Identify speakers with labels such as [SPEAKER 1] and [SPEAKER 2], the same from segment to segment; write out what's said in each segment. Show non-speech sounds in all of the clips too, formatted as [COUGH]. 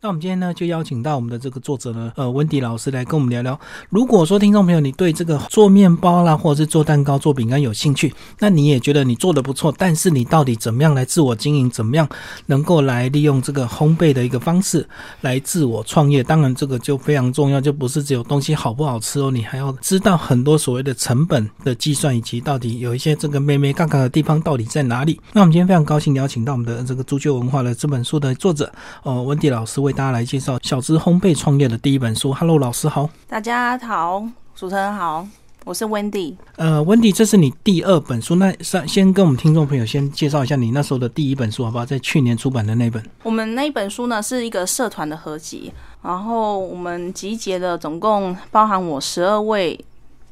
[SPEAKER 1] 那我们今天呢，就邀请到我们的这个作者呢，呃，温迪老师来跟我们聊聊。如果说听众朋友你对这个做面包啦，或者是做蛋糕、做饼干有兴趣，那你也觉得你做的不错，但是你到底怎么样来自我经营，怎么样能够来利用这个烘焙的一个方式来自我创业？当然，这个就非常重要，就不是只有东西好不好吃哦，你还要知道很多所谓的成本的计算，以及到底有一些这个妹妹杠杠的地方到底在哪里。那我们今天非常高兴邀请到我们的这个朱雀文化的这本书的作者，呃，温迪老师。为大家来介绍小资烘焙创业的第一本书。Hello，老师好，
[SPEAKER 2] 大家好，主持人好，我是 Wendy。
[SPEAKER 1] 呃，Wendy，这是你第二本书，那先先跟我们听众朋友先介绍一下你那时候的第一本书好不好？在去年出版的那本。
[SPEAKER 2] 我们那本书呢是一个社团的合集，然后我们集结了总共包含我十二位。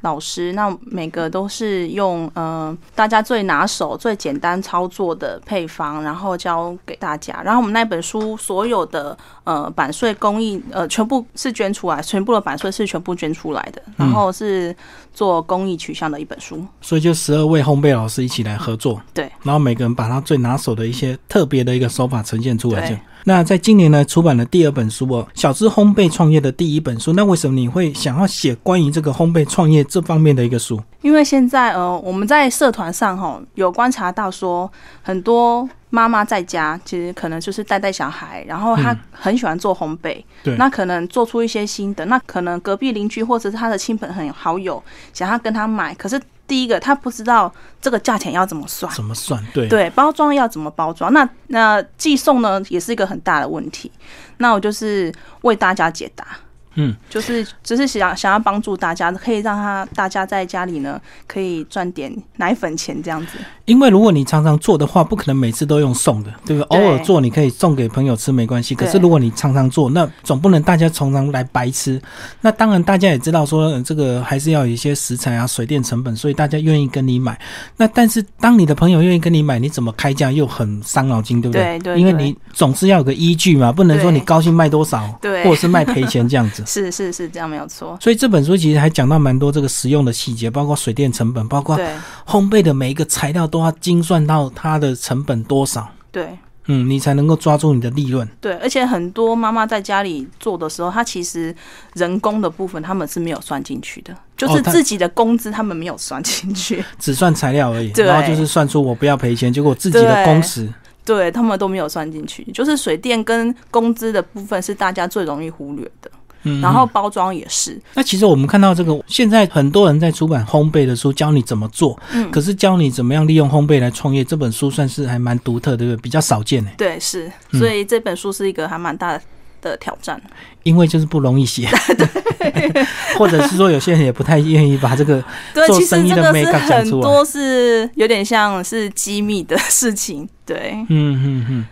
[SPEAKER 2] 老师，那每个都是用呃大家最拿手、最简单操作的配方，然后教给大家。然后我们那本书所有的呃版税工艺呃全部是捐出来，全部的版税是全部捐出来的，然后是做公益取向的一本书。嗯、
[SPEAKER 1] 所以就十二位烘焙老师一起来合作，
[SPEAKER 2] 对，
[SPEAKER 1] 然后每个人把他最拿手的一些特别的一个手法呈现出来就。那在今年呢，出版了第二本书哦，《小资烘焙创业》的第一本书。那为什么你会想要写关于这个烘焙创业这方面的一个书？
[SPEAKER 2] 因为现在呃，我们在社团上哈、哦、有观察到说，很多妈妈在家其实可能就是带带小孩，然后她很喜欢做烘焙，嗯、
[SPEAKER 1] 对，
[SPEAKER 2] 那可能做出一些新的，那可能隔壁邻居或者是她的亲朋很好友想要跟她买，可是。第一个，他不知道这个价钱要怎么算，
[SPEAKER 1] 怎么算？对
[SPEAKER 2] 对，包装要怎么包装？那那寄送呢，也是一个很大的问题。那我就是为大家解答，
[SPEAKER 1] 嗯，
[SPEAKER 2] 就是只是想想要帮助大家，可以让他大家在家里呢可以赚点奶粉钱这样子。
[SPEAKER 1] 因为如果你常常做的话，不可能每次都用送的，对不对？
[SPEAKER 2] 对
[SPEAKER 1] 偶尔做你可以送给朋友吃没关系，可是如果你常常做，那总不能大家常常来白吃。那当然大家也知道说、呃、这个还是要有一些食材啊、水电成本，所以大家愿意跟你买。那但是当你的朋友愿意跟你买，你怎么开价又很伤脑筋，对不
[SPEAKER 2] 对？对对
[SPEAKER 1] 因为你总是要有个依据嘛，不能说你高兴卖多少，
[SPEAKER 2] 对，
[SPEAKER 1] 或者是卖赔钱这样子。
[SPEAKER 2] 是是是，这样没有错。
[SPEAKER 1] 所以这本书其实还讲到蛮多这个实用的细节，包括水电成本，包括烘焙的每一个材料都。都要精算到它的成本多少，
[SPEAKER 2] 对，
[SPEAKER 1] 嗯，你才能够抓住你的利润。
[SPEAKER 2] 对，而且很多妈妈在家里做的时候，她其实人工的部分他们是没有算进去的，
[SPEAKER 1] 哦
[SPEAKER 2] 就是自己的工资他们没有算进去，哦、
[SPEAKER 1] 只算材料而已。然后就是算出我不要赔钱，结果自己的工时。
[SPEAKER 2] 对他们都没有算进去，就是水电跟工资的部分是大家最容易忽略的。然后包装也是、嗯。
[SPEAKER 1] 嗯那其实我们看到这个，现在很多人在出版烘焙的书，教你怎么做。嗯。可是教你怎么样利用烘焙来创业，这本书算是还蛮独特，对不对？比较少见呢、欸。
[SPEAKER 2] 对，是。所以这本书是一个还蛮大的挑战。嗯、
[SPEAKER 1] 因为就是不容易写。
[SPEAKER 2] [LAUGHS] 对。
[SPEAKER 1] 或者是说，有些人也不太愿意把这个做生意的美感讲
[SPEAKER 2] 出来。很多是有点像是机密的事情。对。
[SPEAKER 1] 嗯嗯嗯。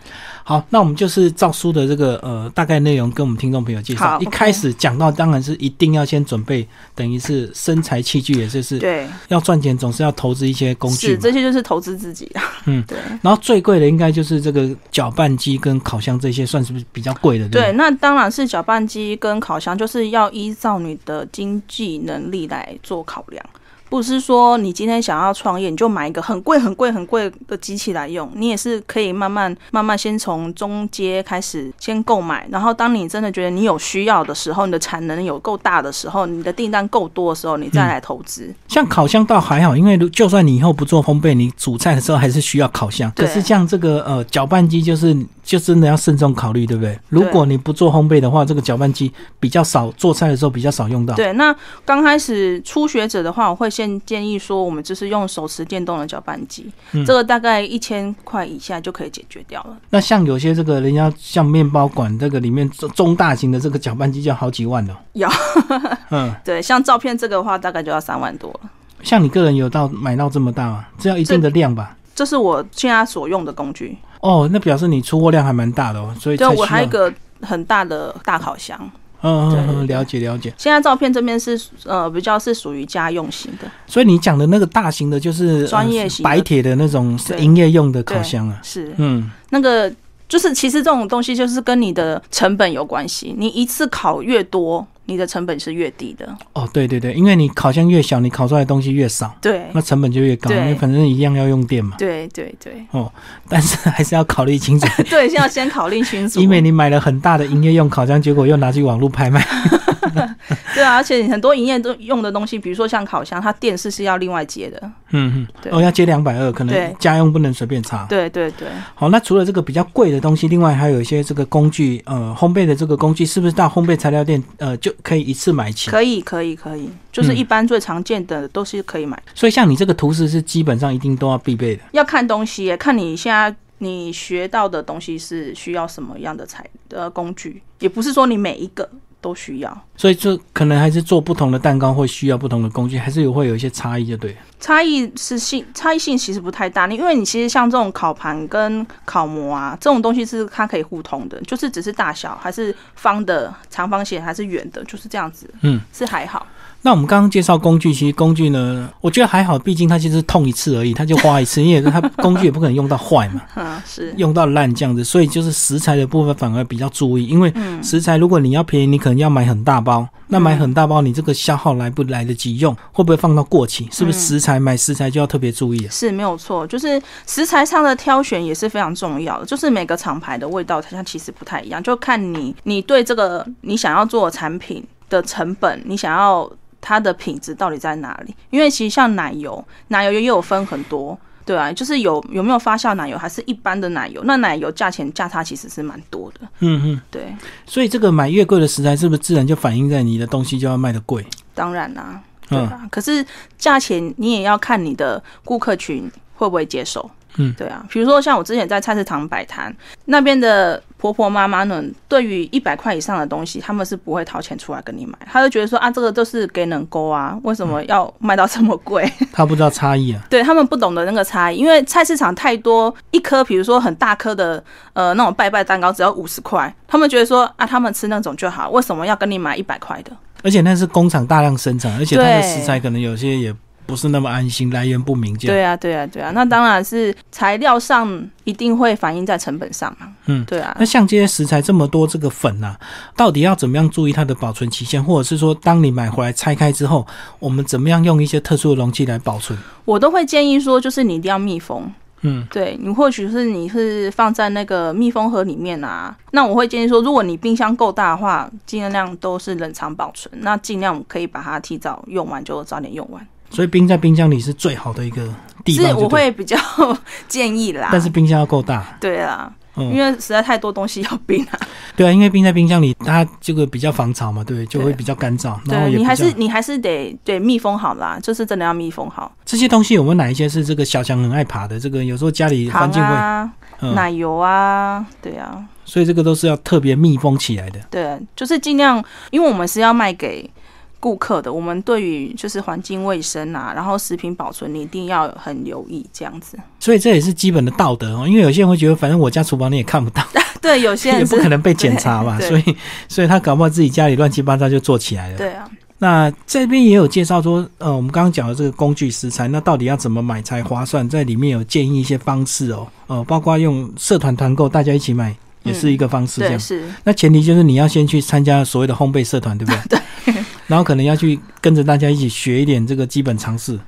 [SPEAKER 1] 好，那我们就是照书的这个呃大概内容跟我们听众朋友介绍。一开始讲到，当然是一定要先准备，等于是身材器具，也就是
[SPEAKER 2] 对
[SPEAKER 1] 要赚钱总是要投资一些工具，
[SPEAKER 2] 是这些就是投资自己的。啊
[SPEAKER 1] 嗯，
[SPEAKER 2] 对。
[SPEAKER 1] 然后最贵的应该就是这个搅拌机跟烤箱这些，算是比较贵的。
[SPEAKER 2] 对,对，那当然是搅拌机跟烤箱，就是要依照你的经济能力来做考量。不是说你今天想要创业，你就买一个很贵、很贵、很贵的机器来用，你也是可以慢慢、慢慢先从中阶开始先购买，然后当你真的觉得你有需要的时候，你的产能有够大的时候，你的订单够多的时候，你再来投资、嗯。
[SPEAKER 1] 像烤箱倒还好，因为就算你以后不做烘焙，你煮菜的时候还是需要烤箱。可是像这个呃搅拌机，就是就真的要慎重考虑，对不对？如果你不做烘焙的话，这个搅拌机比较少，做菜的时候比较少用到。
[SPEAKER 2] 对，那刚开始初学者的话，我会。建建议说，我们就是用手持电动的搅拌机，嗯、这个大概一千块以下就可以解决掉了。
[SPEAKER 1] 那像有些这个人家像面包馆这个里面中大型的这个搅拌机就好几万了、哦。
[SPEAKER 2] 有，
[SPEAKER 1] 嗯，
[SPEAKER 2] 对，像照片这个的话，大概就要三万多了。
[SPEAKER 1] 像你个人有到买到这么大吗？这要一定的量吧？
[SPEAKER 2] 这,这是我现在所用的工具。
[SPEAKER 1] 哦，那表示你出货量还蛮大的哦。所以
[SPEAKER 2] 对我还有一个很大的大烤箱。
[SPEAKER 1] 嗯嗯嗯，了解了解。
[SPEAKER 2] 现在照片这边是呃比较是属于家用型的，
[SPEAKER 1] 所以你讲的那个大型的，就是
[SPEAKER 2] 专业型
[SPEAKER 1] 白铁的那种营业用的烤箱啊。
[SPEAKER 2] 是，
[SPEAKER 1] 嗯，
[SPEAKER 2] 那个就是其实这种东西就是跟你的成本有关系，你一次烤越多，你的成本是越低的。
[SPEAKER 1] 哦，对对对，因为你烤箱越小，你烤出来的东西越少，
[SPEAKER 2] 对，
[SPEAKER 1] 那成本就越高，
[SPEAKER 2] 对
[SPEAKER 1] 因为反正一样要用电
[SPEAKER 2] [LAUGHS]
[SPEAKER 1] 嘛。
[SPEAKER 2] 对对对
[SPEAKER 1] 但是还是要考虑清楚，
[SPEAKER 2] 对，现在先考虑
[SPEAKER 1] [LAUGHS]
[SPEAKER 2] 清楚。
[SPEAKER 1] 以免你买了很大的营业用烤箱，结果又拿去网络拍卖。
[SPEAKER 2] 对啊，而且很多营业都用的东西，比如说像烤箱，它电视是要另外接的。
[SPEAKER 1] 嗯嗯，
[SPEAKER 2] 对
[SPEAKER 1] 哦，要接两百二，可能
[SPEAKER 2] 对
[SPEAKER 1] 家用不能随便插。
[SPEAKER 2] 对对对，
[SPEAKER 1] 好，那除了这个比较贵的东西，另外还有一些这个工具，呃，烘焙的这个工具，是不是到烘焙材料店，呃，就可以一次买齐？
[SPEAKER 2] 可以可以可以，就是
[SPEAKER 1] 嗯
[SPEAKER 2] 一般最常见的都是可以买。
[SPEAKER 1] 所以像你这个图示是基本上一定都要必备的。
[SPEAKER 2] 要看东西耶，看你现在你学到的东西是需要什么样的材呃工具，也不是说你每一个都需要，
[SPEAKER 1] 所以就可能还是做不同的蛋糕会需要不同的工具，还是有会有一些差异，就对了。
[SPEAKER 2] 差异是性差异性其实不太大。你因为你其实像这种烤盘跟烤模啊这种东西是它可以互通的，就是只是大小还是方的、长方形还是圆的，就是这样子，
[SPEAKER 1] 嗯，
[SPEAKER 2] 是还好。
[SPEAKER 1] 那我们刚刚介绍工具，其实工具呢，我觉得还好，毕竟它其实痛一次而已，它就花一次，因为它工具也不可能用到坏嘛，
[SPEAKER 2] 嗯，是
[SPEAKER 1] 用到烂这样子，所以就是食材的部分反而比较注意，因为食材如果你要便宜，你可能要买很大包，那买很大包，你这个消耗来不来得及用，会不会放到过期？是不是食材买食材就要特别注意啊？
[SPEAKER 2] 是没有错，就是食材上的挑选也是非常重要的。就是每个厂牌的味道它其实不太一样，就看你你对这个你想要做的产品的成本，你想要它的品质到底在哪里？因为其实像奶油，奶油也有分很多。对啊，就是有有没有发酵奶油，还是一般的奶油？那奶油价钱价差其实是蛮多的，
[SPEAKER 1] 嗯嗯，
[SPEAKER 2] 对，
[SPEAKER 1] 所以这个买越贵的食材，是不是自然就反映在你的东西就要卖的贵？
[SPEAKER 2] 当然啦、对
[SPEAKER 1] 嗯，
[SPEAKER 2] 啊。可是价钱你也要看你的顾客群会不会接受。
[SPEAKER 1] 嗯
[SPEAKER 2] 对啊。比如说像我之前在菜市场摆摊，那边的婆婆妈妈呢，对于一百块以上的东西，他们是不会掏钱出来跟你买，他就觉得说啊，这个都是给冷沟啊，为什么
[SPEAKER 1] 嗯
[SPEAKER 2] 要卖到这么贵？ [LAUGHS]
[SPEAKER 1] 他不知道差异啊。
[SPEAKER 2] 对他们不懂得那个差异，因为菜市场太多一颗，比如说很大颗的呃那种拜拜蛋糕，只要五十块，他们觉得说啊，他们吃那种就好，为什么要跟你买一百块的？
[SPEAKER 1] 而且那是工厂大量生产，而且它的
[SPEAKER 2] 对
[SPEAKER 1] 食材可能有些也不是那么安心，来源不明这样。
[SPEAKER 2] 对啊，对啊，对啊，那当然是材料上一定会反映在成本上嘛。
[SPEAKER 1] 嗯
[SPEAKER 2] 对啊
[SPEAKER 1] 那，像这些食材这么多，这个粉呐、到底要怎么样注意它的保存期限，或者是说，当你买回来拆开之后，我们怎么样用一些特殊的容器来保存？
[SPEAKER 2] 我都会建议说，就是你一定要密封。
[SPEAKER 1] 嗯，
[SPEAKER 2] 对你或许是你是放在那个密封盒里面啊，那我会建议说，如果你冰箱够大的话，尽量都是冷藏保存，那尽量可以把它提早用完就早点用完，
[SPEAKER 1] 所以冰在冰箱里是最好的一个地方
[SPEAKER 2] 是
[SPEAKER 1] 就对，
[SPEAKER 2] 我会比较建议啦。
[SPEAKER 1] 但是冰箱要够大。
[SPEAKER 2] 对啊，
[SPEAKER 1] 嗯
[SPEAKER 2] 因为实在太多东西要冰了、
[SPEAKER 1] 对啊，因为冰在冰箱里，它这个比较防潮嘛，对不对，就
[SPEAKER 2] 对
[SPEAKER 1] 会比较干燥，然后
[SPEAKER 2] 对
[SPEAKER 1] 也
[SPEAKER 2] 你
[SPEAKER 1] 比
[SPEAKER 2] 还
[SPEAKER 1] 较
[SPEAKER 2] 是你还是得对密封好啦，就是真的要密封好。
[SPEAKER 1] 这些东西有没有哪一些是这个小强很爱爬的？这个有时候家里
[SPEAKER 2] 糖
[SPEAKER 1] 环境会，
[SPEAKER 2] 啊，
[SPEAKER 1] 嗯，
[SPEAKER 2] 奶油啊，对啊，
[SPEAKER 1] 所以这个都是要特别密封起来的。
[SPEAKER 2] 对，就是尽量，因为我们是要卖给顾客的，我们对于就是环境卫生啊，然后食品保存，你一定要很留意这样
[SPEAKER 1] [LAUGHS]
[SPEAKER 2] 子。
[SPEAKER 1] 所以这也是基本的道德哦，因为有些人会觉得，反正我家厨房你也看不到，
[SPEAKER 2] 对，有些
[SPEAKER 1] 也
[SPEAKER 2] 人
[SPEAKER 1] 不
[SPEAKER 2] 是，
[SPEAKER 1] 可能被检查嘛，
[SPEAKER 2] 对
[SPEAKER 1] 所以所以他搞不好自己家里乱七八糟就做起来了。
[SPEAKER 2] 对啊，
[SPEAKER 1] 那这边也有介绍说，呃，我们刚刚讲的这个工具食材，那到底要怎么买才划算？在里面有建议一些方式哦，呃，包括用社团团购，大家一起买也是一个方式，这
[SPEAKER 2] 嗯对
[SPEAKER 1] 样。
[SPEAKER 2] 是，
[SPEAKER 1] 那前提就是你要先去参加所谓的烘焙社团，对不对？对。 [LAUGHS] 然后可能要去跟着大家一起学一点这个基本常识。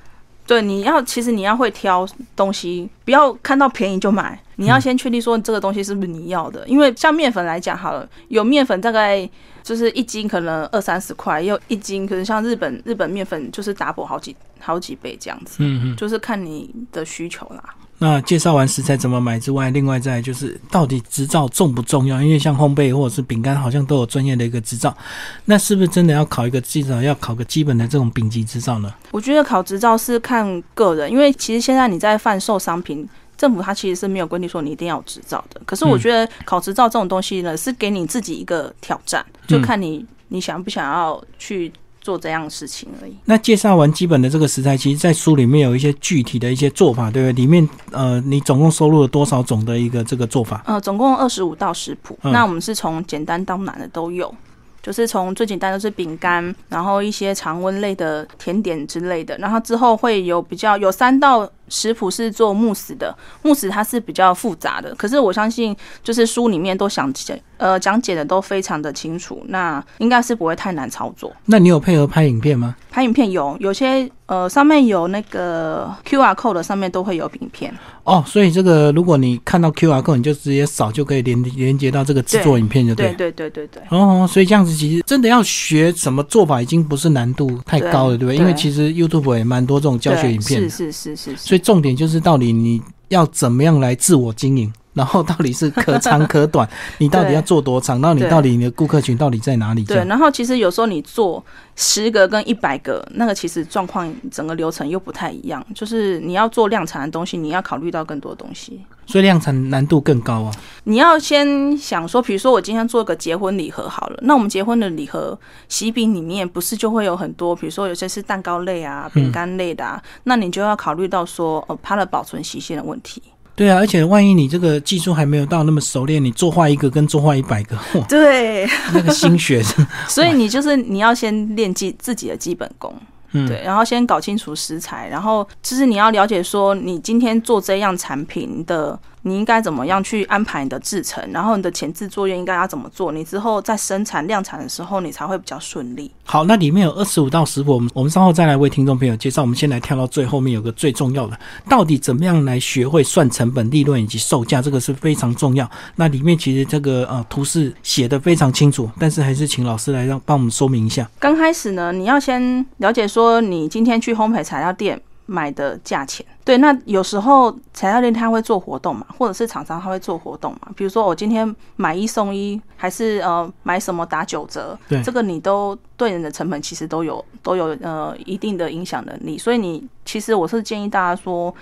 [SPEAKER 2] 对，你要其实你要会挑东西，不要看到便宜就买，你要先确定说这个东西是不是你要的，因为像面粉来讲好了，有面粉大概。就是一斤可能二三十块，也有一斤可能像日本日本面粉就是 double 好几好几倍这样子。
[SPEAKER 1] 嗯嗯。
[SPEAKER 2] 就是看你的需求啦。
[SPEAKER 1] 那介绍完食材怎么买之外，另外再来就是到底执照重不重要？因为像烘焙或者是饼干，好像都有专业的一个执照，那是不是真的要考一个至少要考个基本的这种丙级执照呢？
[SPEAKER 2] 我觉得考执照是看个人，因为其实现在你在贩售商品，政府它其实是没有规定说你一定要有执照的。可是我
[SPEAKER 1] 嗯
[SPEAKER 2] 觉得考执照这种东西呢，是给你自己一个挑战，就看你你想不想要去做这样的事情而已。
[SPEAKER 1] 那介绍完基本的这个食材，其实在书里面有一些具体的一些做法，对不对？里面呃，你总共收录了多少种的一个这个做法？
[SPEAKER 2] 呃，总共二十五道食谱，
[SPEAKER 1] 嗯
[SPEAKER 2] 那我们是从简单到难的都有。就是从最简单的是饼干，然后一些常温类的甜点之类的，然后之后会有比较有三道食谱是做慕斯的，慕斯它是比较复杂的，可是我相信就是书里面都想解呃讲解的都非常的清楚，那应该是不会太难操作。
[SPEAKER 1] 那你有配合拍影片吗？
[SPEAKER 2] 拍影片有有些呃上面有那个 Q R code 的上面都会有影片，
[SPEAKER 1] 哦，所以这个如果你看到 QR code，你就直接扫就可以连连接到这个制作影片就对
[SPEAKER 2] 对
[SPEAKER 1] 了。
[SPEAKER 2] 对对对对。
[SPEAKER 1] 哦，所以这样子其实真的要学什么做法，已经不是难度太高了，对不对？
[SPEAKER 2] 对
[SPEAKER 1] 因为其实 YouTube 也蛮多这种教学
[SPEAKER 2] 对
[SPEAKER 1] 影片的
[SPEAKER 2] 是，是是是是，
[SPEAKER 1] 所以重点就是到底你要怎么样来自我经营，然后到底是可长可
[SPEAKER 2] [LAUGHS]
[SPEAKER 1] 短，你到底要做多长，然后你
[SPEAKER 2] 对
[SPEAKER 1] 到底你的顾客群到底在哪里？这
[SPEAKER 2] 对，
[SPEAKER 1] 样
[SPEAKER 2] 然后其实有时候你做十个跟一百个，那个其实状况整个流程又不太一样。就是你要做量产的东西，你要考虑到更多东西。
[SPEAKER 1] 所以量产难度更高啊。
[SPEAKER 2] 你要先想说，比如说我今天做个结婚礼盒好了，那我们结婚的礼盒喜饼里面不是就会有很多，比如说有些是蛋糕类啊、饼干类的啊，那你就要考虑到说，呃，它的保存期限的问题。
[SPEAKER 1] 对啊，而且万一你这个技术还没有到那么熟练，你做坏一个跟做坏一百个，哇，
[SPEAKER 2] 对，
[SPEAKER 1] 那个心血，
[SPEAKER 2] 所以你就是你要先练基自己的基本功。
[SPEAKER 1] 嗯，
[SPEAKER 2] 对，然后先搞清楚食材，然后就是你要了解说，你今天做这样产品的，你应该怎么样去安排你的制程，然后你的前置作业应该要怎么做，你之后在生产量产的时候，你才会比较顺利。
[SPEAKER 1] 好，那里面有二十五道食谱，我们我们稍后再来为听众朋友介绍。我们先来跳到最后面，有个最重要的，到底怎么样来学会算成本、利润以及售价，这个是非常重要。那里面其实这个呃图示写的非常清楚，但是还是请老师来让帮我们说明一下。
[SPEAKER 2] 刚开始呢，你要先了解说，你今天去烘焙材料店买的价钱。对，那有时候材料店他会做活动嘛，或者是厂商他会做活动嘛，比如说我今天买一送一，还是呃买什么打九折，
[SPEAKER 1] 对
[SPEAKER 2] 这个你都对你的成本其实都有都有呃一定的影响能力，所以你其实我是建议大家说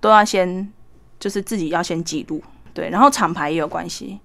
[SPEAKER 2] 都要先就是自己要先记录，对，然后厂牌也有关系，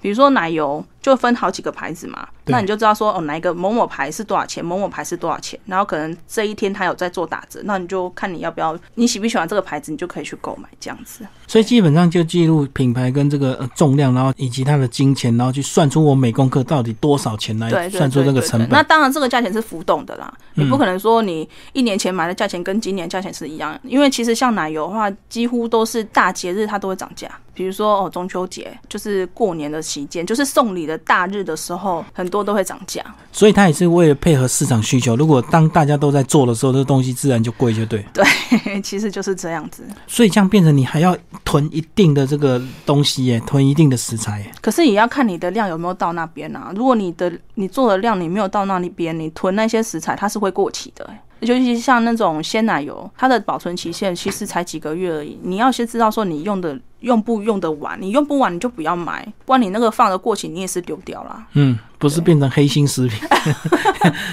[SPEAKER 2] 比如说奶油就分好几个牌子嘛，
[SPEAKER 1] 对
[SPEAKER 2] 那你就知道说哦哪一个某某牌是多少钱，某某牌是多少钱，然后可能这一天它有在做打折，那你就看你要不要，你喜不喜欢这个牌子，你就可以去购买这样子。
[SPEAKER 1] 所以基本上就记录品牌跟这个、呃、重量，然后以及它的金钱，然后去算出我每公克到底多少钱
[SPEAKER 2] 对对
[SPEAKER 1] 来
[SPEAKER 2] 对
[SPEAKER 1] 哎算出这个
[SPEAKER 2] 对对
[SPEAKER 1] 成本。
[SPEAKER 2] 那当然这个价钱是浮动的啦，
[SPEAKER 1] 嗯
[SPEAKER 2] 你不可能说你一年前买的价钱跟今年价钱是一样，因为其实像奶油的话，几乎都是大节日它都会涨价，比如说哦中秋节，就是过年的期间，就是送礼的大日的时候，很多都会涨价。
[SPEAKER 1] 所以它也是为了配合市场需求。如果当大家都在做的时候，这东西自然就贵，就对。
[SPEAKER 2] [LAUGHS] 其实就是这样子。
[SPEAKER 1] 所以这样变成你还要囤一定的这个东西耶，囤一定的食材耶。
[SPEAKER 2] 可是也要看你的量有没有到那边啊。如果你的你做的量你没有到那里边，你囤那些食材它是会过期的、欸。尤其是像那种鲜奶油，它的保存期限其实才几个月而已。你要先知道说你用的用不用得完，你用不完你就不要买，不然你那个放的过期你也是丢掉
[SPEAKER 1] [LAUGHS]
[SPEAKER 2] 啦。
[SPEAKER 1] 嗯，不是变成黑心食品。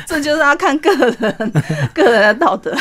[SPEAKER 2] 这就是要看个人 [LAUGHS] 个人的道
[SPEAKER 1] [LAUGHS]
[SPEAKER 2] 德。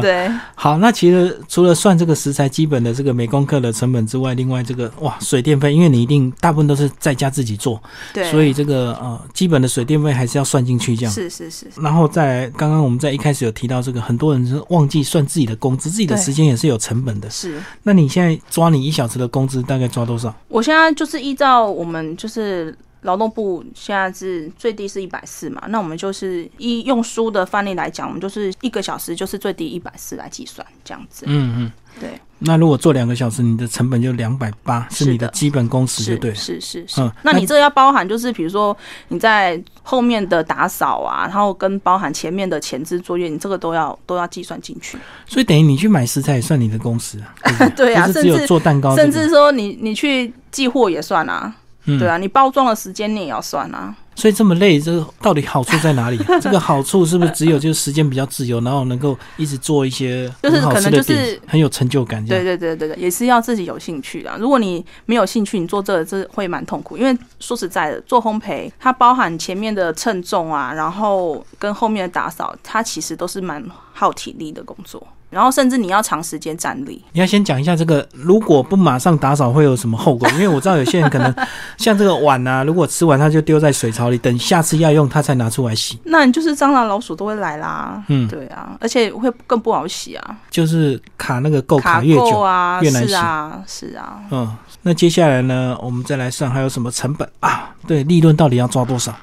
[SPEAKER 2] 对，
[SPEAKER 1] [LAUGHS] 好，那其实除了算这个食材基本的这个每公克的成本之外，另外这个哇水电费，因为你一定大部分都是在家自己做，
[SPEAKER 2] 对，
[SPEAKER 1] 所以这个呃基本的水电费还是要算进去这样。
[SPEAKER 2] 是是是，
[SPEAKER 1] 然后再来，刚刚我们在一开始有提到这个，很多人是忘记算自己的工资，自己的
[SPEAKER 2] 对
[SPEAKER 1] 时间也是有成本的。
[SPEAKER 2] 是。
[SPEAKER 1] 那你现在抓你一小时的工资，大概抓多少？
[SPEAKER 2] 我现在就是依照我们就是劳动部现在是最低是一百四嘛，那我们就是依用书的范例来讲，我们就是一个小时就是最低一百四来计算这样子。
[SPEAKER 1] 嗯嗯。
[SPEAKER 2] 对，
[SPEAKER 1] 那如果做两个小时，你的成本就两百八，是你的
[SPEAKER 2] 是的
[SPEAKER 1] 基本工时就是对了。
[SPEAKER 2] 是是是。
[SPEAKER 1] 嗯
[SPEAKER 2] 那
[SPEAKER 1] 那
[SPEAKER 2] 你这要包含就是比如说你在后面的打扫啊，然后跟包含前面的前置作业，你这个都要都要计算进去。 [LAUGHS]
[SPEAKER 1] 所以等于你去买食材也算你的工时啊，对不对
[SPEAKER 2] 对啊
[SPEAKER 1] 不是只
[SPEAKER 2] 甚
[SPEAKER 1] 有
[SPEAKER 2] 至
[SPEAKER 1] 做蛋糕这个、
[SPEAKER 2] 甚至说你你去寄货也算啊，
[SPEAKER 1] 嗯
[SPEAKER 2] 对啊，你包装的时间你也要算啊。
[SPEAKER 1] 所以这么累，这个到底好处在
[SPEAKER 2] [LAUGHS]
[SPEAKER 1] 哪里啊、这个好处是不是只有就是时间比较自由，然后能够一直做一些
[SPEAKER 2] 就是
[SPEAKER 1] 很好吃的
[SPEAKER 2] 可能
[SPEAKER 1] 点
[SPEAKER 2] 就
[SPEAKER 1] 心，
[SPEAKER 2] 是
[SPEAKER 1] 很有成就感这
[SPEAKER 2] 对
[SPEAKER 1] 样。
[SPEAKER 2] 对对对对，也是要自己有兴趣的。如果你没有兴趣，你做这个这会蛮痛苦，因为说实在的，做烘焙它包含前面的称重啊，然后跟后面的打扫，它其实都是蛮耗体力的工作。然后甚至你要长时间站立，
[SPEAKER 1] 你要先讲一下这个，如果不马上打扫会有什么后果？因为我知道有些人可能 [LAUGHS] 像这个碗啊，如果吃完他就丢在水槽里，等下次要用他才拿出来洗，
[SPEAKER 2] 那你就是蟑螂、老鼠都会来啦。
[SPEAKER 1] 嗯
[SPEAKER 2] 对啊，而且会更不好洗啊，
[SPEAKER 1] 就是卡那个垢卡越久
[SPEAKER 2] 垢啊，
[SPEAKER 1] 越难洗
[SPEAKER 2] 是啊，是啊。 [LAUGHS]
[SPEAKER 1] 嗯，那接下来呢，我们再来算还有什么成本啊？对，利润到底要抓多少？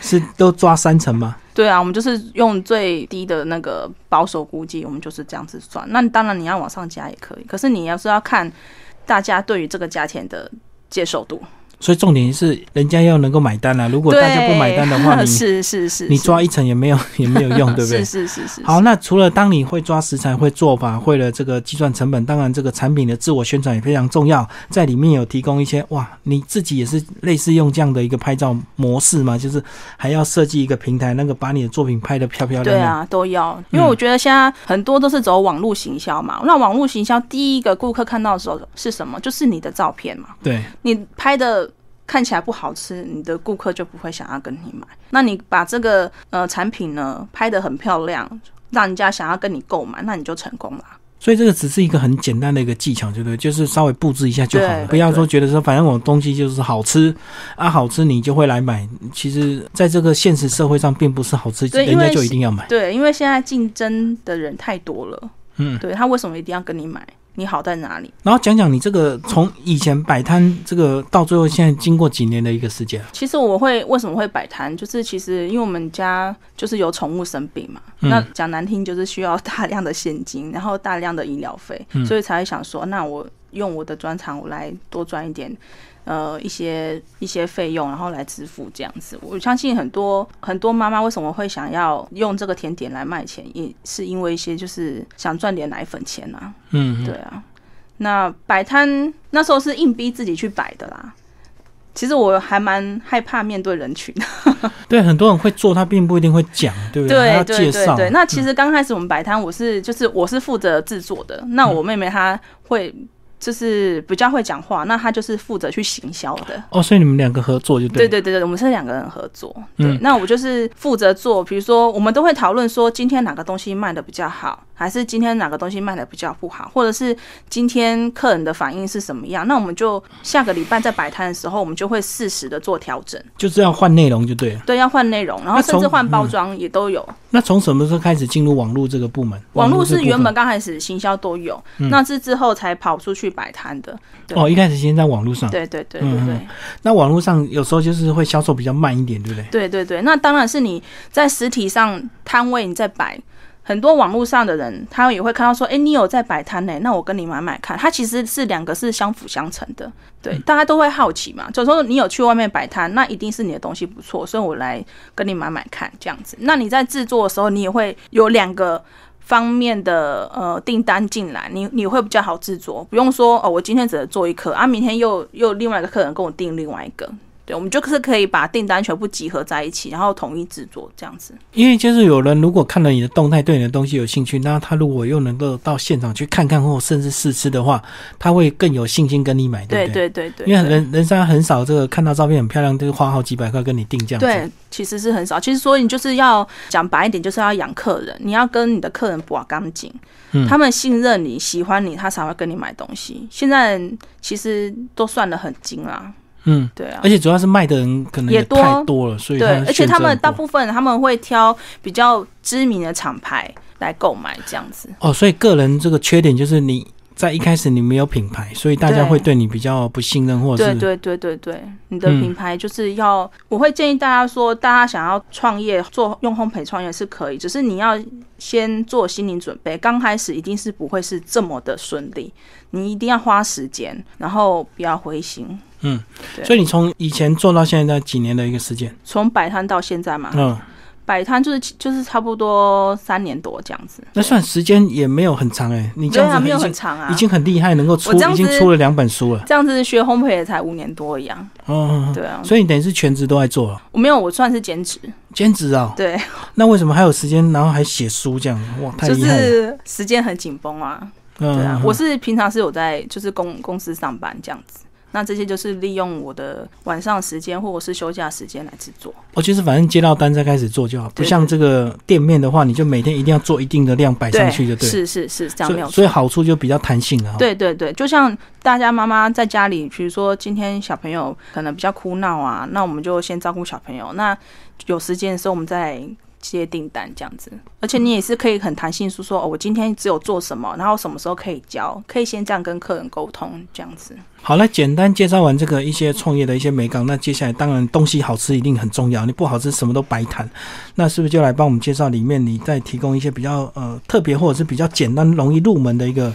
[SPEAKER 1] 是都抓三成吗？
[SPEAKER 2] 对啊，我们就是用最低的那个保守估计，我们就是这样子算。那当然你要往上加也可以，可是你要是要看大家对于这个价钱的接受度。
[SPEAKER 1] 所以重点是人家要能够买单啊，如果大家不买单的话，你
[SPEAKER 2] 对 [LAUGHS] 是是是，
[SPEAKER 1] 你抓一成也没有 [LAUGHS] 也没有用，对不对
[SPEAKER 2] 是？是是是，
[SPEAKER 1] 好，那除了当你会抓食材、会做法、会了这个计算成本，当然这个产品的自我宣传也非常重要，在里面有提供一些哇，你自己也是类似用这样的一个拍照模式嘛，就是还要设计一个平台，那个把你的作品拍得漂漂亮
[SPEAKER 2] 对
[SPEAKER 1] 亮。
[SPEAKER 2] 啊，都
[SPEAKER 1] 嗯
[SPEAKER 2] 要，因为我觉得现在很多都是走网络行销嘛。那网络行销第一个顾客看到的时候是什么？就是你的照片嘛。
[SPEAKER 1] 对、
[SPEAKER 2] 你拍的看起来不好吃，你的顾客就不会想要跟你买。那你把这个呃产品呢拍得很漂亮，让人家想要跟你购买，那你就成功了。
[SPEAKER 1] 所以这个只是一个很简单的一个技巧，对不对？就是稍微布置一下就好了，
[SPEAKER 2] 对
[SPEAKER 1] 不要
[SPEAKER 2] 对
[SPEAKER 1] 说觉得说反正我东西就是好吃啊，好吃你就会来买。其实在这个现实社会上，并不是好吃
[SPEAKER 2] 对
[SPEAKER 1] 人
[SPEAKER 2] 因
[SPEAKER 1] 家
[SPEAKER 2] 为
[SPEAKER 1] 就一定要买。
[SPEAKER 2] 对，因为现在竞争的人太多了，
[SPEAKER 1] 嗯
[SPEAKER 2] 对他为什么一定要跟你买？你好在哪里？
[SPEAKER 1] 然后讲讲你这个从以前摆摊这个到最后现在经过几年的一个时间，
[SPEAKER 2] 其实我会为什么会摆摊，就是其实因为我们家就是有宠物生病嘛，那讲难听就是需要大量的现金，然后大量的医疗费，所以才会想说，那我用我的专长，我来多赚一点。呃，一些一些费用，然后来支付这样子。我相信很多很多妈妈为什么会想要用这个甜点来卖钱，也是因为一些就是想赚点奶粉钱啊。
[SPEAKER 1] 嗯，
[SPEAKER 2] 对啊，那摆摊那时候是硬逼自己去摆的啦。其实我还蛮害怕面对人群，
[SPEAKER 1] 对，很多人会做，他并不一定会讲，对不对？还
[SPEAKER 2] [LAUGHS] 对
[SPEAKER 1] 要
[SPEAKER 2] 对
[SPEAKER 1] 介
[SPEAKER 2] 对
[SPEAKER 1] 绍。嗯
[SPEAKER 2] 对。那其实刚开始我们摆摊，我是就是我是负责制作的，那
[SPEAKER 1] 嗯
[SPEAKER 2] 我妹妹她会就是比较会讲话，那她就是负责去行销的。
[SPEAKER 1] 哦，所以你们两个合作就
[SPEAKER 2] 对
[SPEAKER 1] 对
[SPEAKER 2] 对对对，我们是两个人合作。对，
[SPEAKER 1] 嗯
[SPEAKER 2] 那我就是负责做，比如说我们都会讨论说今天哪个东西卖的比较好，还是今天哪个东西卖的比较不好，或者是今天客人的反应是什么样。那我们就下个礼拜在摆摊的时候，我们就会适时的做调整。
[SPEAKER 1] 就是要换内容就对了。
[SPEAKER 2] 对，要换内容，然后
[SPEAKER 1] 那
[SPEAKER 2] 甚至
[SPEAKER 1] 从
[SPEAKER 2] 换包装也都有。
[SPEAKER 1] 那从什么时候开始进入网络这个部门？
[SPEAKER 2] 网络
[SPEAKER 1] 这
[SPEAKER 2] 是
[SPEAKER 1] 部分嗯
[SPEAKER 2] 原本刚开始行销都有，那是之后才跑出去摆摊的。
[SPEAKER 1] 哦，一开始先在网络上，
[SPEAKER 2] 对对对对
[SPEAKER 1] 嗯
[SPEAKER 2] 对。
[SPEAKER 1] 那网络上有时候就是会销售比较慢一点，对不对？
[SPEAKER 2] 对对对，那当然是你在实体上摊位你在摆，很多网络上的人他也会看到说，哎，你有在摆摊呢，那我跟你买买看。它其实是两个是相辅相成的，对，
[SPEAKER 1] 嗯
[SPEAKER 2] 大家都会好奇嘛。就说你有去外面摆摊，那一定是你的东西不错，所以我来跟你买买看这样子。那你在制作的时候，你也会有两个。方面的呃订单进来，你你会比较好制作，不用说哦，我今天只能做一颗啊，明天又又有另外一个客人跟我订另外一个，对，我们就是可以把订单全部集合在一起，然后统一制作这样子。
[SPEAKER 1] 因为就是有人如果看了你的动态，对你的东西有兴趣，那他如果又能够到现场去看看或甚至试吃的话，他会更有信心跟你买，
[SPEAKER 2] 对
[SPEAKER 1] 不
[SPEAKER 2] 对对对，
[SPEAKER 1] 因为人人家很少这个看到照片很漂亮，就是花好几百块跟你定这样子。
[SPEAKER 2] 对，其实是很少。其实所以你就是要讲白一点，就是要养客人，你要跟你的客人把干净，
[SPEAKER 1] 嗯
[SPEAKER 2] 他们信任你、喜欢你，他才会跟你买东西。现在人其实都算得很精啦，
[SPEAKER 1] 嗯，
[SPEAKER 2] 对啊
[SPEAKER 1] 而。且主要是卖的人可能也
[SPEAKER 2] 也多
[SPEAKER 1] 太多了，所以
[SPEAKER 2] 对，而且
[SPEAKER 1] 选择
[SPEAKER 2] 他们
[SPEAKER 1] 很
[SPEAKER 2] 大
[SPEAKER 1] 多
[SPEAKER 2] 部分他们会挑比较知名的厂牌来购买这样子。
[SPEAKER 1] 哦，所以个人这个缺点就是你在一开始你没有品牌，所以大家
[SPEAKER 2] 对
[SPEAKER 1] 会对你比较不信任，或者
[SPEAKER 2] 对
[SPEAKER 1] 哦是
[SPEAKER 2] 对对对对，你的
[SPEAKER 1] 嗯
[SPEAKER 2] 品牌就是要，我会建议大家说，大家想要创业做用烘焙创业是可以，只是你要先做心理准备，刚开始一定是不会是这么的顺利，你一定要花时间，然后不要灰心。对
[SPEAKER 1] 所以你从以前做到现在几年的一个时间，
[SPEAKER 2] 从摆摊到现在嘛，
[SPEAKER 1] 嗯，
[SPEAKER 2] 摆摊就是就是差不多三年多这样子，
[SPEAKER 1] 那算时间也没有很长哎、你这
[SPEAKER 2] 对
[SPEAKER 1] 样
[SPEAKER 2] 啊，
[SPEAKER 1] 子
[SPEAKER 2] 没有
[SPEAKER 1] 已
[SPEAKER 2] 很
[SPEAKER 1] 经、
[SPEAKER 2] 长啊，
[SPEAKER 1] 已经很厉害，能够出
[SPEAKER 2] 我这样
[SPEAKER 1] 已
[SPEAKER 2] 子
[SPEAKER 1] 经出了两本书了，
[SPEAKER 2] 这样子学烘焙也才五年多一样，
[SPEAKER 1] 嗯，嗯
[SPEAKER 2] 对啊
[SPEAKER 1] 嗯，所以你等于是全职都在做了。
[SPEAKER 2] 我没有，我算是兼职，
[SPEAKER 1] 兼职啊、
[SPEAKER 2] 对，
[SPEAKER 1] 那为什么还有时间，然后还写书这样？哇，太
[SPEAKER 2] [LAUGHS] 就
[SPEAKER 1] 厉害了！
[SPEAKER 2] 是时间很紧绷啊，
[SPEAKER 1] 嗯，
[SPEAKER 2] 对啊
[SPEAKER 1] 嗯，
[SPEAKER 2] 我
[SPEAKER 1] 嗯
[SPEAKER 2] 是平常是有在就是公公司上班这样子，那这些就是利用我的晚上时间或者是休假时间来制作。
[SPEAKER 1] 哦，就是反正接到单再开始做就好，不
[SPEAKER 2] 对
[SPEAKER 1] 像这个店面的话，你就每天一定要做一定的量摆上去就对了。
[SPEAKER 2] 是是是，这样
[SPEAKER 1] 所
[SPEAKER 2] 没有
[SPEAKER 1] 以
[SPEAKER 2] 错。
[SPEAKER 1] 所以好处就比较弹性了、哦。，
[SPEAKER 2] 对对对，就像大家妈妈在家里，比如说今天小朋友可能比较哭闹啊，那我们就先照顾小朋友。那有时间的时候，我们再接订单这样子，而且你也是可以很弹性说说，哦，我今天只有做什么，然后什么时候可以交，可以先这样跟客人沟通这样子。
[SPEAKER 1] 好了，简单介绍完这个一些创业的一些美感，那接下来当然东西好吃一定很重要，你不好吃什么都白谈。那是不是就来帮我们介绍里面你再提供一些比较呃特别或者是比较简单容易入门的一个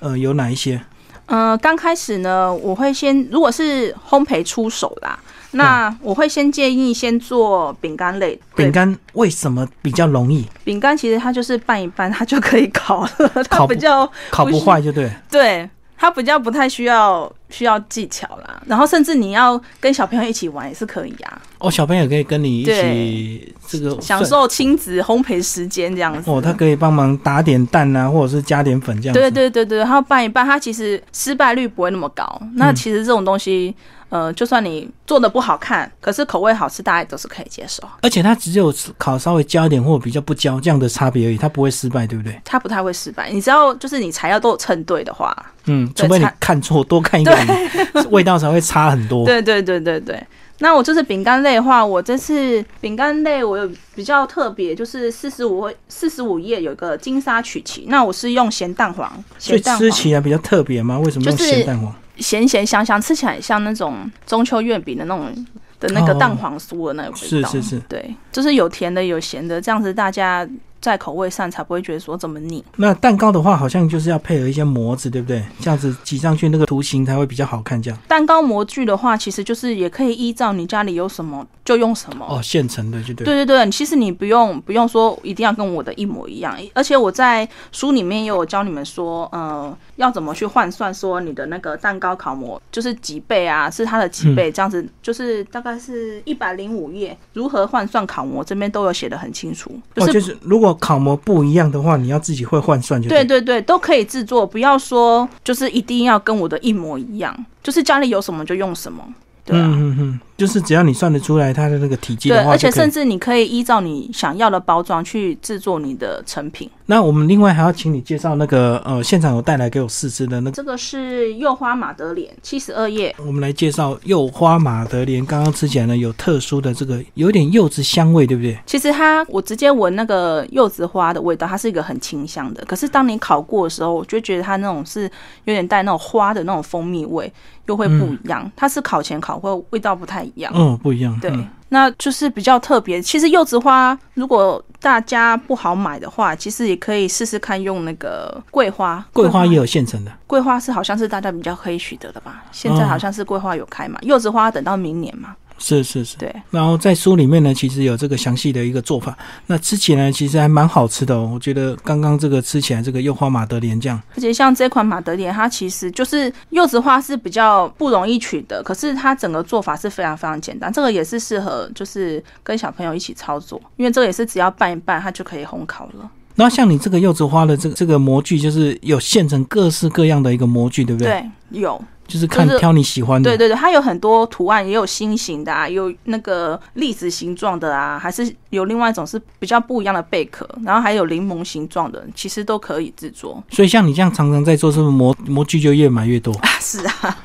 [SPEAKER 1] 呃有哪一些？
[SPEAKER 2] 呃，刚开始呢，我会先，如果是烘焙出手啦，那我会先建议先做饼干类。对
[SPEAKER 1] 饼，干为什么比较容易
[SPEAKER 2] 饼干其实它就是拌一拌，它就可以烤了，它
[SPEAKER 1] 烤不
[SPEAKER 2] 比较
[SPEAKER 1] 烤不
[SPEAKER 2] 不是
[SPEAKER 1] 坏就对了？
[SPEAKER 2] 对，它比较不太需要需要技巧啦。然后甚至你要跟小朋友一起玩也是可以啊，
[SPEAKER 1] 哦，小朋友可以跟你一起
[SPEAKER 2] 对
[SPEAKER 1] 这个
[SPEAKER 2] 享
[SPEAKER 1] 算
[SPEAKER 2] 受亲子烘焙时间这样子。
[SPEAKER 1] 哦，他可以帮忙打点蛋啊，或者是加点粉这样子。
[SPEAKER 2] 对对对对，然后拌一拌，它其实失败率不会那么高。
[SPEAKER 1] 嗯
[SPEAKER 2] 那其实这种东西，呃，就算你做的不好看，可是口味好吃，大家都是可以接受。
[SPEAKER 1] 而且它只有烤稍微焦一点或者比较不焦这样的差别而已，它不会失败，对不对？
[SPEAKER 2] 它不太会失败，你只要就是你材料都有称对的话，
[SPEAKER 1] 嗯，
[SPEAKER 2] 对
[SPEAKER 1] 除非你
[SPEAKER 2] 差
[SPEAKER 1] 看错，多看一眼， [LAUGHS] 味道才会差很多。
[SPEAKER 2] 对对对对对。那我这次饼干类的话，我这次饼干类我有比较特别，就是四十五四十五页有一个金沙曲奇，那我是用咸蛋黄，
[SPEAKER 1] [LAUGHS] 所以
[SPEAKER 2] 咸蛋
[SPEAKER 1] 吃
[SPEAKER 2] 黄
[SPEAKER 1] 起来比较特别吗？为什么用
[SPEAKER 2] 就是
[SPEAKER 1] 咸蛋黄？
[SPEAKER 2] 咸咸香香，吃起来很像那种中秋月饼的那种的那个
[SPEAKER 1] 哦
[SPEAKER 2] 蛋黄酥的那个味道，
[SPEAKER 1] 是是是
[SPEAKER 2] 对，就是有甜的有咸的，这样子大家在口味上才不会觉得说怎么腻。
[SPEAKER 1] 那蛋糕的话，好像就是要配合一些模子，对不对？这样子挤上去那个图形才会比较好看。这样
[SPEAKER 2] 蛋糕模具的话，其实就是也可以依照你家里有什么就用什么
[SPEAKER 1] 哦，现成的就对。
[SPEAKER 2] 对对对，其实你不用不用说一定要跟我的一模一样，而且我在书里面也有教你们说，呃，要怎么去换算说你的那个蛋糕烤模就是几倍啊，是它的几
[SPEAKER 1] 嗯
[SPEAKER 2] 倍，这样子就是大概是一百零五页，如何换算烤模这边都有写的很清楚，就
[SPEAKER 1] 哦，
[SPEAKER 2] 是
[SPEAKER 1] 就是如果烤模不一样的话，你要自己会换算就
[SPEAKER 2] 对对对，都可以制作，不要说就是一定要跟我的一模一样，就是家里有什么就用什么，对啊。
[SPEAKER 1] 嗯嗯嗯，就是只要你算得出来它的那个体积
[SPEAKER 2] 对，
[SPEAKER 1] 的话，
[SPEAKER 2] 而且
[SPEAKER 1] 就可以
[SPEAKER 2] 甚至你可以依照你想要的包装去制作你的成品。
[SPEAKER 1] 那我们另外还要请你介绍那个呃，现场有带来给我试吃的那个，
[SPEAKER 2] 这个是柚花马德莲，七十二页。
[SPEAKER 1] 我们来介绍柚花马德莲。刚刚吃起来呢，有特殊的这个有点柚子香味，对不对？
[SPEAKER 2] 其实它，我直接闻那个柚子花的味道，它是一个很清香的。可是当你烤过的时候，我就觉得它那种是有点带那种花的那种蜂蜜味，又会不一样。它是烤前烤后味道不太一样。
[SPEAKER 1] 嗯，不一样。
[SPEAKER 2] 对，
[SPEAKER 1] 嗯
[SPEAKER 2] 那就是比较特别。其实柚子花如果大家不好买的话，其实也可以试试看用那个桂花。
[SPEAKER 1] 桂花也有现成的。
[SPEAKER 2] 桂花是好像是大家比较可以取得的吧？现在
[SPEAKER 1] 哦
[SPEAKER 2] 好像是桂花有开嘛，柚子花等到明年嘛。
[SPEAKER 1] 是是是，
[SPEAKER 2] 对，
[SPEAKER 1] 然后在书里面呢，其实有这个详细的一个做法。那吃起来其实还蛮好吃的哦，我觉得刚刚这个吃起来这个柚花马德莲酱，
[SPEAKER 2] 而且像这款马德莲，它其实就是柚子花是比较不容易取得，可是它整个做法是非常非常简单，这个也是适合就是跟小朋友一起操作，因为这个也是只要拌一拌，它就可以烘烤了。
[SPEAKER 1] 然后像你这个柚子花的这个这个模具，就是有现成各式各样的一个模具，对不对？，
[SPEAKER 2] 对，嗯有，
[SPEAKER 1] 就是看
[SPEAKER 2] 就是
[SPEAKER 1] 挑你喜欢的。
[SPEAKER 2] 对对对，它有很多图案，也有心形的啊，也有那个栗子形状的啊，还是有另外一种是比较不一样的贝壳，然后还有柠檬形状的，其实都可以制作。
[SPEAKER 1] 所以像你这样常常在做这个模模具，就越买越多，
[SPEAKER 2] 啊，是啊，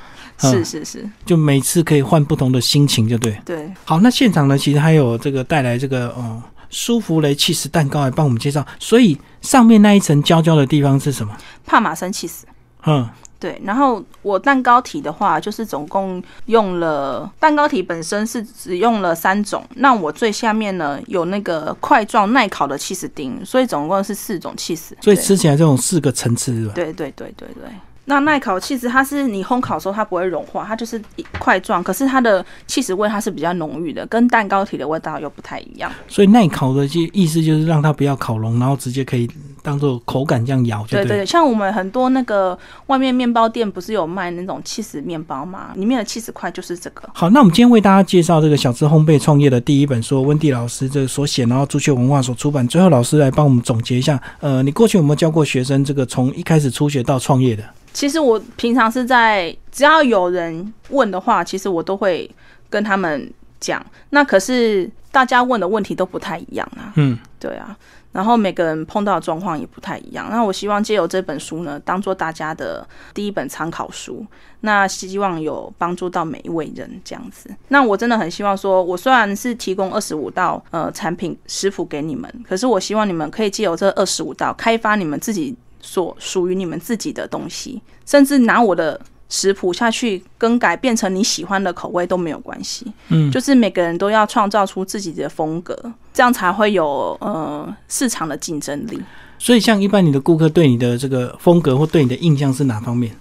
[SPEAKER 1] 嗯
[SPEAKER 2] [LAUGHS] 是是是，
[SPEAKER 1] 就每次可以换不同的心情，就对。
[SPEAKER 2] 对。
[SPEAKER 1] 好，那现场呢，其实还有这个带来这个哦。舒芙蕾气势蛋糕来帮我们介绍，所以上面那一层焦焦的地方是什么？
[SPEAKER 2] 帕玛森起司。
[SPEAKER 1] 嗯，
[SPEAKER 2] 对，然后我蛋糕体的话，就是总共用了蛋糕体本身是只用了三种，那我最下面呢有那个块状耐烤的起司丁，所以总共是四种起司。
[SPEAKER 1] 所以吃起来这种四个层次是吧？
[SPEAKER 2] 对对对对对对。那耐烤起司它是你烘烤的时候它不会融化，它就是一块状，可是它的起司味它是比较浓郁的，跟蛋糕体的味道又不太一样。
[SPEAKER 1] 所以耐烤的意意思就是让它不要烤融，然后直接可以当做口感这样咬就
[SPEAKER 2] 对
[SPEAKER 1] 对
[SPEAKER 2] 对，
[SPEAKER 1] 了。
[SPEAKER 2] 像我们很多那个外面面包店不是有卖那种起司面包吗？里面的起司块就是这个。
[SPEAKER 1] 好，那我们今天为大家介绍这个小资烘焙创业的第一本书，温蒂老师这个所写，然后朱雀文化所出版。最后，老师来帮我们总结一下，呃，你过去有没有教过学生这个从一开始初学到创业的？
[SPEAKER 2] 其实我平常是在只要有人问的话，其实我都会跟他们讲。那可是大家问的问题都不太一样啊，
[SPEAKER 1] 嗯，
[SPEAKER 2] 对啊，然后每个人碰到的状况也不太一样。啊那我希望借由这本书呢，当做大家的第一本参考书，那希望有帮助到每一位人这样子。那我真的很希望说，我虽然是提供二十五道呃产品食谱给你们，可是我希望你们可以借由这二十五道开发你们自己所属于你们自己的东西，甚至拿我的。食谱下去更改变成你喜欢的口味都没有关系，
[SPEAKER 1] 嗯
[SPEAKER 2] 就是每个人都要创造出自己的风格，这样才会有呃市场的竞争力。
[SPEAKER 1] 所以像一般你的顾客对你的这个风格或对你的印象是哪方
[SPEAKER 2] [LAUGHS]
[SPEAKER 1] 面？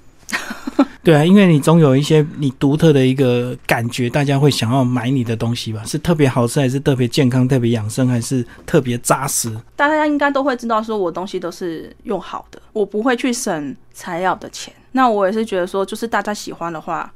[SPEAKER 1] 对啊，因为你总有一些你独特的一个感觉，大家会想要买你的东西吧？是特别好吃，还是特别健康、特别养生，还是特别扎实？
[SPEAKER 2] 大家应该都会知道，说我东西都是用好的，我不会去省材料的钱。那我也是觉得说，就是大家喜欢的话，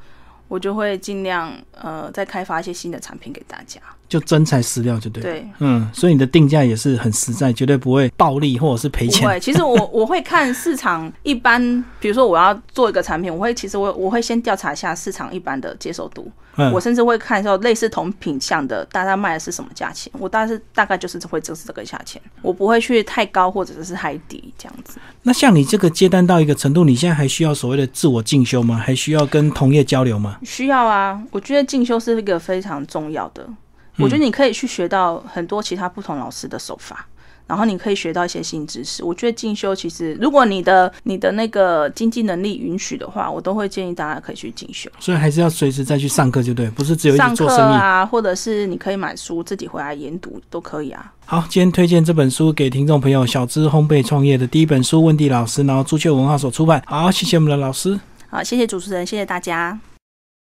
[SPEAKER 2] 我就会尽量呃再开发一些新的产品给大家。
[SPEAKER 1] 就真材实料就对了。
[SPEAKER 2] 对，
[SPEAKER 1] 嗯，所以你的定价也是很实在，绝对不会暴利或者是赔
[SPEAKER 2] 不
[SPEAKER 1] 钱。
[SPEAKER 2] 会，其实我 [LAUGHS] 我会看市场一般，比如说我要做一个产品，我会其实我我会先调查一下市场一般的接受度，
[SPEAKER 1] 嗯
[SPEAKER 2] 我，甚至会看说类似同品相的，大家卖的是什么价钱，我大致大概就是会就是这个价钱，我不会去太高或者是太低这样子。
[SPEAKER 1] 那像你这个接单到一个程度，你现在还需要所谓的自我进修吗？还需要跟同业交流吗？
[SPEAKER 2] 需要啊，我觉得进修是一个非常重要的，
[SPEAKER 1] 嗯
[SPEAKER 2] 我觉得你可以去学到很多其他不同老师的手法。然后你可以学到一些新知识。我觉得进修其实，如果你的你的那个经济能力允许的话，我都会建议大家可以去进修。
[SPEAKER 1] 所以还是要随时再去上课，就对，不是只有一直
[SPEAKER 2] 上
[SPEAKER 1] 做
[SPEAKER 2] 课
[SPEAKER 1] 生意。
[SPEAKER 2] 啊，或者是你可以买书自己回来研读都可以啊。
[SPEAKER 1] 好，今天推荐这本书给听众朋友，小资烘焙创业的第一本书，温蒂老师，然后朱雀文化所出版。好，谢谢我们的老师。
[SPEAKER 2] 好，谢谢主持人，谢谢大家。